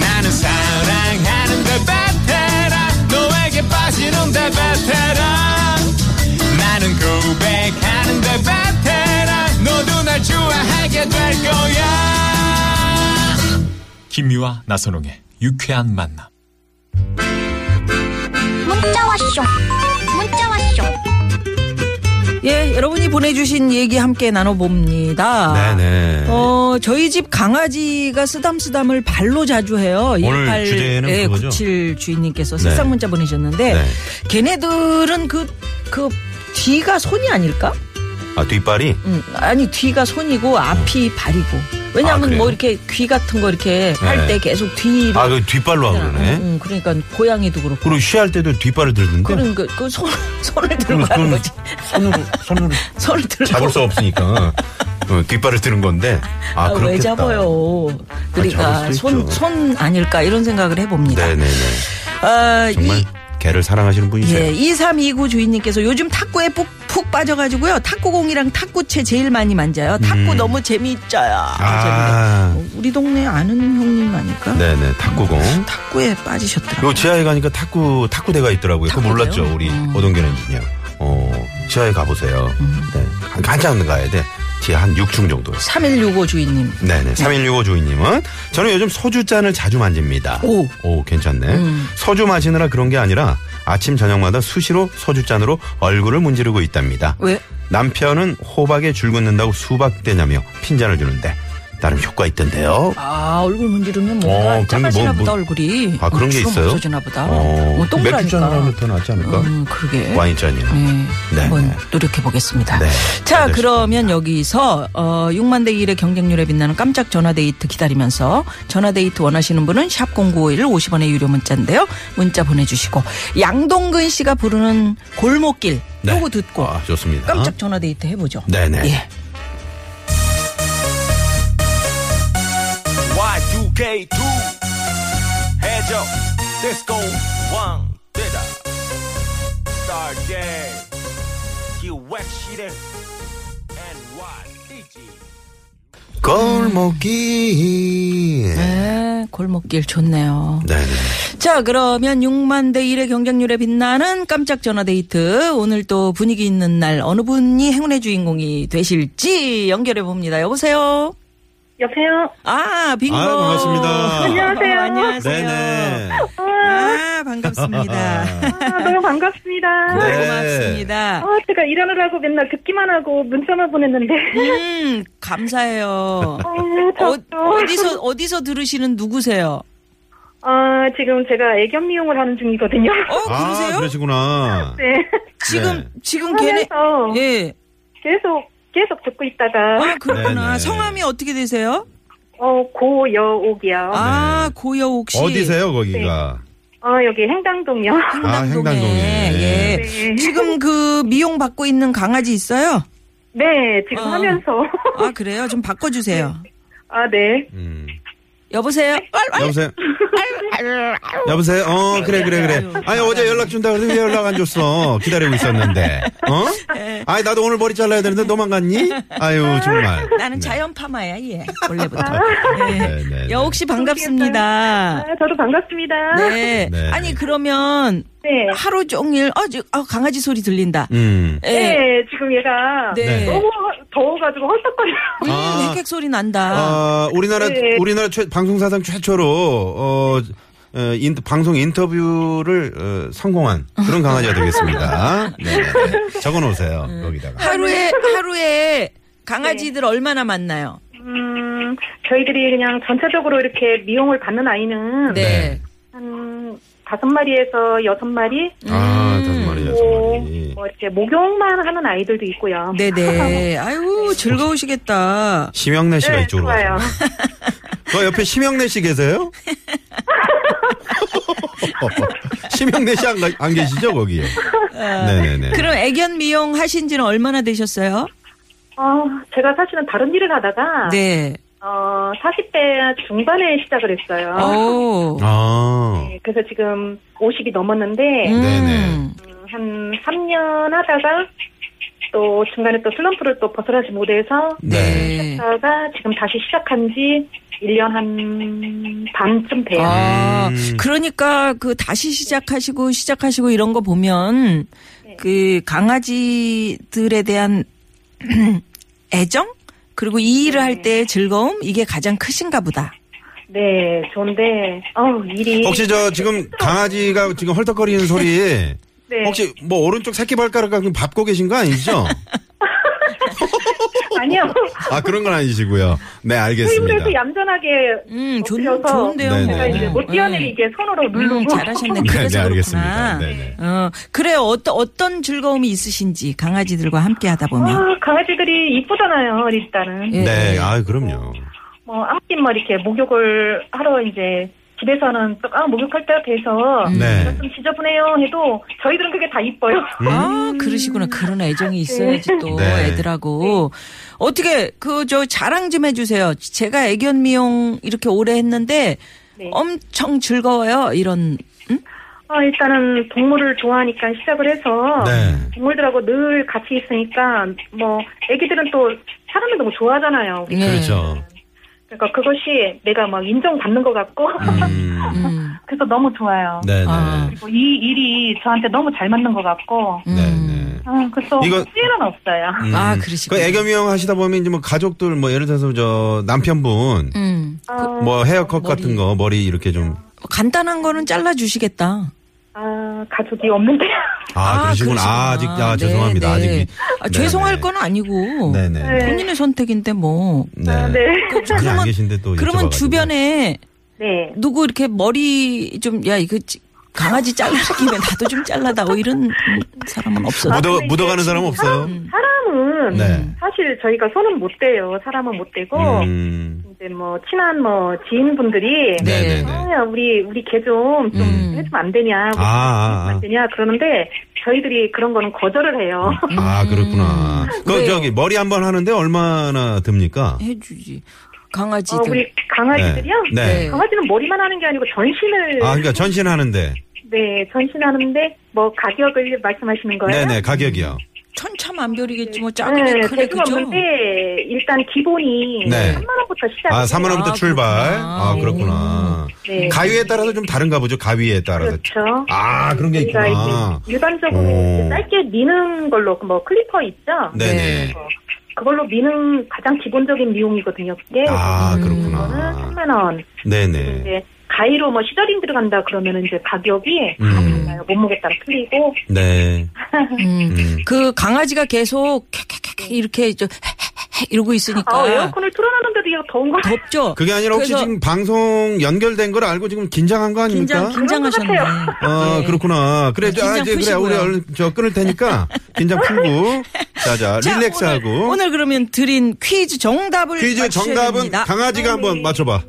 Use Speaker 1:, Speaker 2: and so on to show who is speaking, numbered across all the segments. Speaker 1: 나는 사랑하는데 베테랑 너에게 빠지는데 베테랑 나는 고백하는데 베테랑 너도 날 좋아하게 될 거야
Speaker 2: 김미화 나선홍의 유쾌한 만남.
Speaker 3: 문자 왔쇼 문자 왔쇼
Speaker 4: 예, 여러분이 보내주신 얘기 함께 나눠봅니다.
Speaker 5: 네네.
Speaker 4: 어, 저희 집 강아지가 쓰담쓰담을 발로 자주 해요.
Speaker 5: 오늘
Speaker 4: 18,
Speaker 5: 주제는
Speaker 4: 예,
Speaker 5: 그거죠?
Speaker 4: 97 주인님께서 새싹 문자 보내셨는데,
Speaker 5: 네.
Speaker 4: 걔네들은 그, 그, 뒤가 손이 아닐까?
Speaker 5: 아 뒷발이
Speaker 4: 음, 아니, 뒤가 손이고, 앞이 발이고. 왜냐하면
Speaker 5: 음. 아,
Speaker 4: 뭐
Speaker 5: 그래요?
Speaker 4: 이렇게 귀 같은 거 이렇게 할
Speaker 5: 네.
Speaker 4: 때 계속 뒤로.
Speaker 5: 아 그 뒷발로 하고 그러네.
Speaker 4: 음, 그러니까 고양이도 그렇고.
Speaker 5: 그리고 쉬할 때도 뒷발을 들던데.
Speaker 4: 그런 그, 그 손, 손을 들고
Speaker 5: 그건
Speaker 4: 하는 거지.
Speaker 5: 손으로 손으로
Speaker 4: 손을 들고.
Speaker 5: 잡을 수 없으니까 어, 뒷발을 드는 건데. 아
Speaker 4: 아,
Speaker 5: 그렇겠다.
Speaker 4: 왜 잡아요? 그러니까
Speaker 5: 잡을 수도
Speaker 4: 손,
Speaker 5: 있죠.
Speaker 4: 손 아닐까 이런 생각을 해봅니다.
Speaker 5: 네네네.
Speaker 4: 아,
Speaker 5: 정말 네.
Speaker 4: 이,
Speaker 5: 개를 사랑하시는 분이세요.
Speaker 4: 예, 2329 주인님께서 요즘 탁구에 푹, 푹 빠져가지고요. 탁구공이랑 탁구채 제일 많이 만져요. 탁구 너무 재미있어요.
Speaker 5: 음. 아.
Speaker 4: 하셨는데, 어, 우리 동네 아는 형님 아닐까?
Speaker 5: 네네 탁구공.
Speaker 4: 탁구에 빠지셨더라고요.
Speaker 5: 요 지하에 가니까 탁구 탁구대가 있더라고요. 그거
Speaker 4: 탁구대요?
Speaker 5: 몰랐죠 우리
Speaker 4: 음.
Speaker 5: 오동균 엔지니어. 어 지하에 가보세요. 네. 한- 한참 가야 돼. 지하 한 6층 정도.
Speaker 4: 3165 주인님.
Speaker 5: 네네. 3165 주인님은 저는 요즘 소주잔을 자주 만집니다.
Speaker 4: 오. 음.
Speaker 5: 괜찮네. 소주 마시느라 그런 게 아니라 아침 저녁마다 수시로 소주잔으로 얼굴을 문지르고 있답니다.
Speaker 4: 왜?
Speaker 5: 남편은 호박에 줄 긋는다고 수박 대냐며 핀잔을 주는데 나름 효과 있던데요.
Speaker 4: 아, 얼굴 문지르면 뭔가
Speaker 5: 어, 그런 게
Speaker 4: 작아지나
Speaker 5: 뭐,
Speaker 4: 보다
Speaker 5: 뭐.
Speaker 4: 얼굴이.
Speaker 5: 아 그런 게
Speaker 4: 주름
Speaker 5: 있어요?
Speaker 4: 없어지나 보다.
Speaker 5: 어,
Speaker 4: 뭐 동그라니까.
Speaker 5: 맥주잔으로 하면 더 낫지 않을까?
Speaker 4: 음, 그러게.
Speaker 5: 와인잔이나.
Speaker 4: 네.
Speaker 5: 네,
Speaker 4: 한번
Speaker 5: 네.
Speaker 4: 노력해 보겠습니다.
Speaker 5: 네,
Speaker 4: 자,
Speaker 5: 네,
Speaker 4: 그러면 여기서 어 6만 대 1의 경쟁률에 빛나는 깜짝 전화 데이트 기다리면서 전화 데이트 원하시는 분은 샵 0951 50원의 유료 문자인데요. 문자 보내 주시고 양동근 씨가 부르는 골목길
Speaker 5: 네.
Speaker 4: 요거 듣고
Speaker 5: 아, 좋습니다.
Speaker 4: 깜짝 전화 데이트 해 보죠.
Speaker 5: 네네.
Speaker 4: 예.
Speaker 1: Y2K2 해적 디스코 왕대다 스타게이 기획실에 NYDG
Speaker 5: 골목길.
Speaker 4: 네, 골목길 좋네요.
Speaker 5: 네네.
Speaker 4: 자, 그러면 6만 대 1의 경쟁률에 빛나는 깜짝 전화 데이트. 오늘 또 분위기 있는 날 어느 분이 행운의 주인공이 되실지 연결해 봅니다. 여보세요?
Speaker 6: 여보세요?
Speaker 4: 아, 빙고.
Speaker 5: 아유, 반갑습니다.
Speaker 6: 안녕하세요.
Speaker 4: 어, 안녕하세요.
Speaker 5: 네네.
Speaker 4: 아, 반갑습니다.
Speaker 6: 아, 너무 반갑습니다.
Speaker 5: 네.
Speaker 4: 고맙습니다.
Speaker 6: 아, 제가 일하느라고 맨날 듣기만 하고 문자만 보냈는데.
Speaker 4: 음, 감사해요.
Speaker 6: 아,
Speaker 4: 어,
Speaker 6: 저도.
Speaker 4: 어디서, 어디서 들으시는 누구세요?
Speaker 6: 아, 지금 제가 애견 미용을 하는 중이거든요.
Speaker 4: 어, 그러세요?
Speaker 5: 아, 그러시구나.
Speaker 6: 네.
Speaker 4: 지금, 지금 걔네,
Speaker 6: 하면서
Speaker 4: 예.
Speaker 6: 계속, 계속 듣고 있다가,
Speaker 4: 아, 그렇구나.
Speaker 5: 네네.
Speaker 4: 성함이 어떻게 되세요?
Speaker 6: 어, 고여옥이요.
Speaker 4: 아, 고여옥 씨.
Speaker 5: 네. 어디세요, 거기가?
Speaker 4: 네.
Speaker 6: 어, 여기 행당동이요.
Speaker 5: 아, 행당동에.
Speaker 4: 예.
Speaker 6: 네.
Speaker 4: 지금 그 미용 받고 있는 강아지 있어요?
Speaker 6: 네, 지금
Speaker 4: 어.
Speaker 6: 하면서.
Speaker 4: 아 그래요? 좀 바꿔주세요.
Speaker 6: 아, 네.
Speaker 5: 음.
Speaker 4: 여보세요? 왈, 왈.
Speaker 5: 여보세요? 여보세요?
Speaker 4: 네,
Speaker 5: 어, 그래, 그래, 그래. 아니, 어제 연락 준다 그래서 왜 연락 안 줬어? 기다리고 있었는데. 어?
Speaker 4: 네.
Speaker 5: 아니, 나도 오늘 머리 잘라야 되는데 너만 갔니? 아유, 정말.
Speaker 4: 나는 자연 파마야 얘 원래부터.
Speaker 5: 네, 네, 네.
Speaker 4: 여옥 씨 반갑습니다.
Speaker 6: 아, 저도 반갑습니다.
Speaker 4: 네.
Speaker 5: 네.
Speaker 4: 아니 그러면
Speaker 6: 네.
Speaker 4: 하루 종일 어, 저, 어, 강아지 소리 들린다.
Speaker 5: 음.
Speaker 4: 예.
Speaker 6: 네, 지금 얘가
Speaker 4: 네.
Speaker 6: 너무 허- 더워가지고 헐떡거려요.
Speaker 4: 음,
Speaker 5: 아.
Speaker 4: 헥헥 소리 난다.
Speaker 5: 아, 우리나라,
Speaker 6: 네.
Speaker 5: 우리나라 최, 방송사상 최초로, 어, 어, 인, 방송 인터뷰를 어, 성공한 그런 강아지가 되겠습니다. 네, 네. 적어 놓으세요,
Speaker 4: 음.
Speaker 5: 거기다가.
Speaker 4: 하루에 하루에 강아지들
Speaker 5: 네.
Speaker 4: 얼마나 만나요?
Speaker 6: 음, 저희들이 그냥 전체적으로 이렇게 미용을 받는 아이는
Speaker 4: 네.
Speaker 6: 한 다섯 마리에서 여섯 마리,
Speaker 5: 아, 다섯 마리, 여섯
Speaker 6: 뭐,
Speaker 5: 마리.
Speaker 6: 뭐 이렇게 목욕만 하는 아이들도 있고요.
Speaker 4: 네, 네. 아유, 즐거우시겠다.
Speaker 5: 심영래 씨가
Speaker 6: 네,
Speaker 5: 이쪽으로
Speaker 6: 좋아요.
Speaker 5: 가요. 너 옆에 심영래 씨 계세요? 심영래 씨 안
Speaker 4: 아.
Speaker 5: 계시죠 거기에? 네네네.
Speaker 4: 그럼 애견 미용 하신 지는 얼마나 되셨어요?
Speaker 6: 어, 제가 사실은 다른 일을
Speaker 5: 아.
Speaker 6: 하다가
Speaker 4: 네.
Speaker 6: 어, 40대 중반에 시작을 했어요.
Speaker 4: 오.
Speaker 5: 아.
Speaker 6: 네, 그래서 지금 50이 넘었는데
Speaker 4: 음.
Speaker 5: 네네.
Speaker 6: 음, 한 3년 하다가 또 중간에 또 슬럼프를 또 벗어나지 못해서
Speaker 5: 네.
Speaker 4: 네.
Speaker 6: 하다가 지금 다시 시작한 지 1년 한 반쯤 돼요.
Speaker 4: 아,
Speaker 5: 음.
Speaker 4: 그러니까 그 다시 시작하시고 시작하시고 이런 거 보면
Speaker 6: 네.
Speaker 4: 그 강아지들에 대한 애정 그리고 이 일을 할 때의 즐거움 이게 가장 크신가 보다.
Speaker 6: 네, 좋은데 어우, 일이
Speaker 5: 혹시 저 지금 강아지가 지금 헐떡거리는 소리
Speaker 6: 네.
Speaker 5: 혹시 뭐 오른쪽 새끼발가락 지금 밟고 계신 거 아니죠?
Speaker 6: 아니요.
Speaker 4: 어,
Speaker 5: 아 그런 건 아니시고요. 네
Speaker 6: 수입을
Speaker 5: 알겠습니다.
Speaker 6: 해서 얌전하게
Speaker 4: 음, 좋,
Speaker 6: 엎드려서
Speaker 4: 좋은데요.
Speaker 5: 네네.
Speaker 6: 제가 이제 못 뛰어내리게 손으로 누르고
Speaker 4: 음, 잘하셨네.
Speaker 5: 네, 네
Speaker 4: 그래서 그렇구나.
Speaker 5: 알겠습니다. 네네.
Speaker 4: 어, 그래요. 어떤, 어떤 즐거움이 있으신지 강아지들과 함께 하다 보면.
Speaker 6: 아, 강아지들이 이쁘잖아요, 일단은.
Speaker 4: 예.
Speaker 5: 네, 아 그럼요.
Speaker 6: 뭐, 아무튼 뭐, 이렇게 목욕을 하러 이제, 집에서는, 또, 아, 목욕할 때
Speaker 4: 음.
Speaker 6: 돼서,
Speaker 5: 네.
Speaker 6: 좀 지저분해요 해도, 저희들은 그게 다 이뻐요.
Speaker 4: 아, 그러시구나. 그런 애정이 있어야지 또
Speaker 5: 네.
Speaker 4: 애들하고. 어떻게, 그, 저 자랑 좀 해주세요. 제가 애견 미용 이렇게 오래 했는데
Speaker 6: 네.
Speaker 4: 엄청 즐거워요. 이런. 음?
Speaker 6: 아, 일단은 동물을 좋아하니까 시작을 해서,
Speaker 5: 네.
Speaker 6: 동물들하고 늘 같이 있으니까, 뭐, 애기들은 또, 사람을 너무 좋아하잖아요.
Speaker 4: 네.
Speaker 5: 그렇죠.
Speaker 6: 그러니까 그것이 내가 막 인정받는 것 같고,
Speaker 5: 음.
Speaker 4: 음.
Speaker 6: 그래서 너무 좋아요.
Speaker 5: 네네.
Speaker 4: 아.
Speaker 6: 그리고 이 일이 저한테 너무 잘 맞는 것 같고,
Speaker 4: 음.
Speaker 5: 네네.
Speaker 6: 아, 그래서
Speaker 5: 이거-
Speaker 6: 후회는 없어요.
Speaker 4: 아,
Speaker 5: 그
Speaker 4: 그러시구나.
Speaker 5: 애교미용 하시다 보면 이제 뭐 가족들 뭐 예를 들어서 저 남편분
Speaker 4: 음.
Speaker 6: 아,
Speaker 5: 뭐 헤어컷
Speaker 4: 머리.
Speaker 5: 같은 거 머리 이렇게 좀
Speaker 4: 간단한 거는 잘라주시겠다.
Speaker 6: 아, 가족이 없는데.
Speaker 5: 아, 그러시구나. 아, 아직,
Speaker 4: 그러시구나.
Speaker 5: 아,
Speaker 4: 네,
Speaker 5: 죄송합니다.
Speaker 4: 네. 어.
Speaker 5: 아직.
Speaker 4: 아, 죄송할 건 아니고.
Speaker 5: 네네. 네.
Speaker 4: 본인의 선택인데 뭐.
Speaker 6: 아,
Speaker 5: 네.
Speaker 6: 네.
Speaker 4: 그,
Speaker 5: 그냥 안 계신데 또
Speaker 4: 그러면
Speaker 5: 여쭤봐가지고.
Speaker 4: 주변에
Speaker 6: 네.
Speaker 4: 누구 이렇게 머리 좀 야 이거 찌- 강아지 잘라는 김에 나도 좀 잘라다 뭐 이런 사람은 없어.
Speaker 6: 아, 네.
Speaker 5: 묻어,
Speaker 6: 근데
Speaker 5: 묻어가는 사람 없어요?
Speaker 6: 사람은
Speaker 5: 네.
Speaker 6: 사실 저희가 손은 못 대요. 사람은 못 대고
Speaker 5: 음.
Speaker 6: 이제 뭐 친한 뭐 지인분들이
Speaker 5: 네네네. 아,
Speaker 6: 아야 우리 우리 걔 좀 좀
Speaker 5: 음.
Speaker 6: 해주면 안 되냐, 우리
Speaker 5: 아, 아.
Speaker 6: 안 되냐 그러는데 저희들이 그런 거는 거절을 해요. 어,
Speaker 5: 아, 그렇구나. 그,
Speaker 4: 음. 왜요?
Speaker 5: 저기, 머리 한 번 하는데 얼마나 듭니까?
Speaker 4: 해주지
Speaker 6: 어,
Speaker 4: 강아지들.
Speaker 6: 우리 강아지들이요.
Speaker 5: 네.
Speaker 4: 네.
Speaker 6: 강아지는 머리만 하는 게 아니고 전신을
Speaker 5: 아, 그러니까 전신하는데.
Speaker 6: 네 전신하는데 뭐 가격을 말씀하시는 거예요?
Speaker 5: 네네, 가격이요.
Speaker 4: 천차만별이겠지 뭐
Speaker 6: 네,
Speaker 4: 작은 게 크네
Speaker 6: 대충
Speaker 4: 그죠?
Speaker 6: 없는데 일단 기본이
Speaker 5: 네.
Speaker 6: 3만 원부터 시작.
Speaker 5: 아, 3만 원부터
Speaker 4: 아,
Speaker 5: 출발.
Speaker 4: 그렇구나.
Speaker 5: 아, 그렇구나.
Speaker 6: 네.
Speaker 5: 가위에 따라서 좀 다른가 보죠. 가위에 따라서.
Speaker 6: 그렇죠.
Speaker 5: 아, 그런 게
Speaker 6: 저희가
Speaker 5: 있구나.
Speaker 6: 이제 일반적으로
Speaker 5: 오.
Speaker 6: 이제 짧게 미는 걸로 뭐 클리퍼 있죠?
Speaker 5: 네네.
Speaker 6: 어, 그걸로 미는 가장 기본적인 미용이거든요. 그게
Speaker 5: 아,
Speaker 6: 그거는
Speaker 5: 그렇구나.
Speaker 6: 3만 원.
Speaker 5: 네네.
Speaker 6: 이제 가위로 뭐 시저링 들어간다 그러면 이제 가격이
Speaker 5: 음.
Speaker 6: 달라요. 몸무게 따라 틀리고
Speaker 5: 네.
Speaker 4: 음.
Speaker 5: 음.
Speaker 4: 그 강아지가 계속 캬캬캬 이렇게 저 이러고 있으니까
Speaker 6: 아, 에어컨을 틀어놨는데도 이거 더운 거
Speaker 4: 덥죠.
Speaker 5: 그게 아니라 혹시
Speaker 4: 그래서
Speaker 5: 지금 방송 연결된 걸 알고 지금 긴장한 거 아닙니까?
Speaker 4: 긴장 긴장하셨네.
Speaker 5: 아,
Speaker 4: 네.
Speaker 5: 그렇구나. 그래,
Speaker 4: 긴장
Speaker 5: 아, 이제 그래,
Speaker 4: 푸시고요.
Speaker 5: 우리 얼른 저 끊을 테니까 긴장 풀고. 자, 자,
Speaker 4: 자,
Speaker 5: 릴렉스하고.
Speaker 4: 오늘, 오늘 그러면 드린 퀴즈 정답을
Speaker 5: 퀴즈
Speaker 4: 맞추셔야
Speaker 5: 정답은
Speaker 4: 됩니다.
Speaker 5: 강아지가 한번 맞춰봐.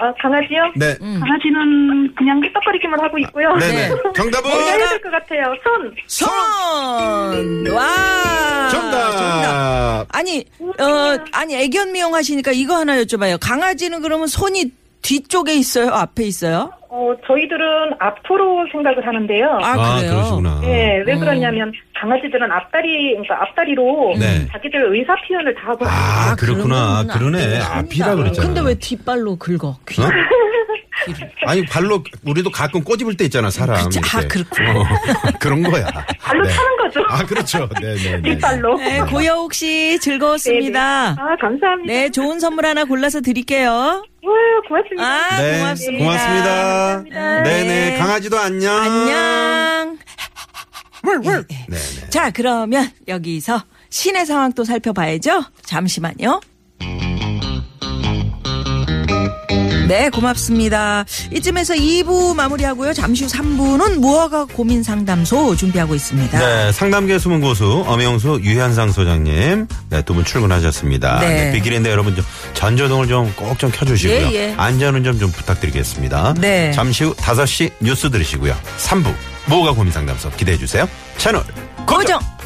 Speaker 6: 아, 강아지요?
Speaker 5: 네.
Speaker 4: 음.
Speaker 6: 강아지는 그냥 끄떡거리기만 하고 있고요.
Speaker 5: 네네. 정답은?
Speaker 6: 뭔가 해야 될 것 같아요. 손.
Speaker 4: 손! 와!
Speaker 5: 정답!
Speaker 4: 아니, 어, 아니, 애견 미용하시니까 이거 하나 여쭤봐요. 강아지는 그러면 손이 뒤쪽에 있어요? 앞에 있어요?
Speaker 6: 어, 저희들은 앞으로 생각을 하는데요.
Speaker 4: 아,
Speaker 5: 아, 음.
Speaker 4: 그래요?
Speaker 5: 그러시구나.
Speaker 6: 네, 왜 그러냐면 강아지들은 앞다리, 그러니까 앞다리로
Speaker 5: 네.
Speaker 6: 자기들 의사 표현을 다 하고
Speaker 5: 아, 그렇구나.
Speaker 4: 그러면은 안
Speaker 5: 그러네.
Speaker 4: 되는
Speaker 5: 앞이라
Speaker 4: 손이다.
Speaker 5: 그랬잖아.
Speaker 4: 근데 왜 뒷발로 긁어? 귀.
Speaker 5: 어? 아니, 발로, 우리도 가끔 꼬집을 때 있잖아, 사람.
Speaker 4: 그치. 아,
Speaker 5: 이렇게.
Speaker 4: 그렇구나.
Speaker 5: 어, 그런 거야.
Speaker 6: 발로
Speaker 5: 네.
Speaker 6: 차는 거죠.
Speaker 5: 아, 그렇죠. 네네네.
Speaker 6: 뒷발로.
Speaker 4: 네, 고여옥 씨 즐거웠습니다.
Speaker 6: 아, 감사합니다.
Speaker 4: 네, 좋은 선물 하나 골라서 드릴게요.
Speaker 6: 와, 고맙습니다.
Speaker 4: 아,
Speaker 5: 네.
Speaker 4: 고맙습니다.
Speaker 5: 고맙습니다. 네네.
Speaker 4: 네.
Speaker 5: 강아지도 안녕.
Speaker 4: 안녕.
Speaker 5: 네네.
Speaker 4: 자, 그러면 여기서 시내 상황 또 살펴봐야죠. 잠시만요. 네, 고맙습니다. 이쯤에서 2부 마무리하고요. 잠시 후 3부는 무허가 고민 상담소 준비하고 있습니다.
Speaker 5: 네, 상담계 숨은 고수 엄영수 유현상 소장님, 네 두 분 출근하셨습니다.
Speaker 4: 네.
Speaker 5: 네, 빅길인데 여러분 좀 전조등을 좀 꼭 좀 켜주시고요.
Speaker 4: 예, 예.
Speaker 5: 안전운전 좀 부탁드리겠습니다.
Speaker 4: 네.
Speaker 5: 잠시 후 5시 뉴스 들으시고요. 3부 모가 고민 상담소 기대해 주세요. 채널
Speaker 4: 고정.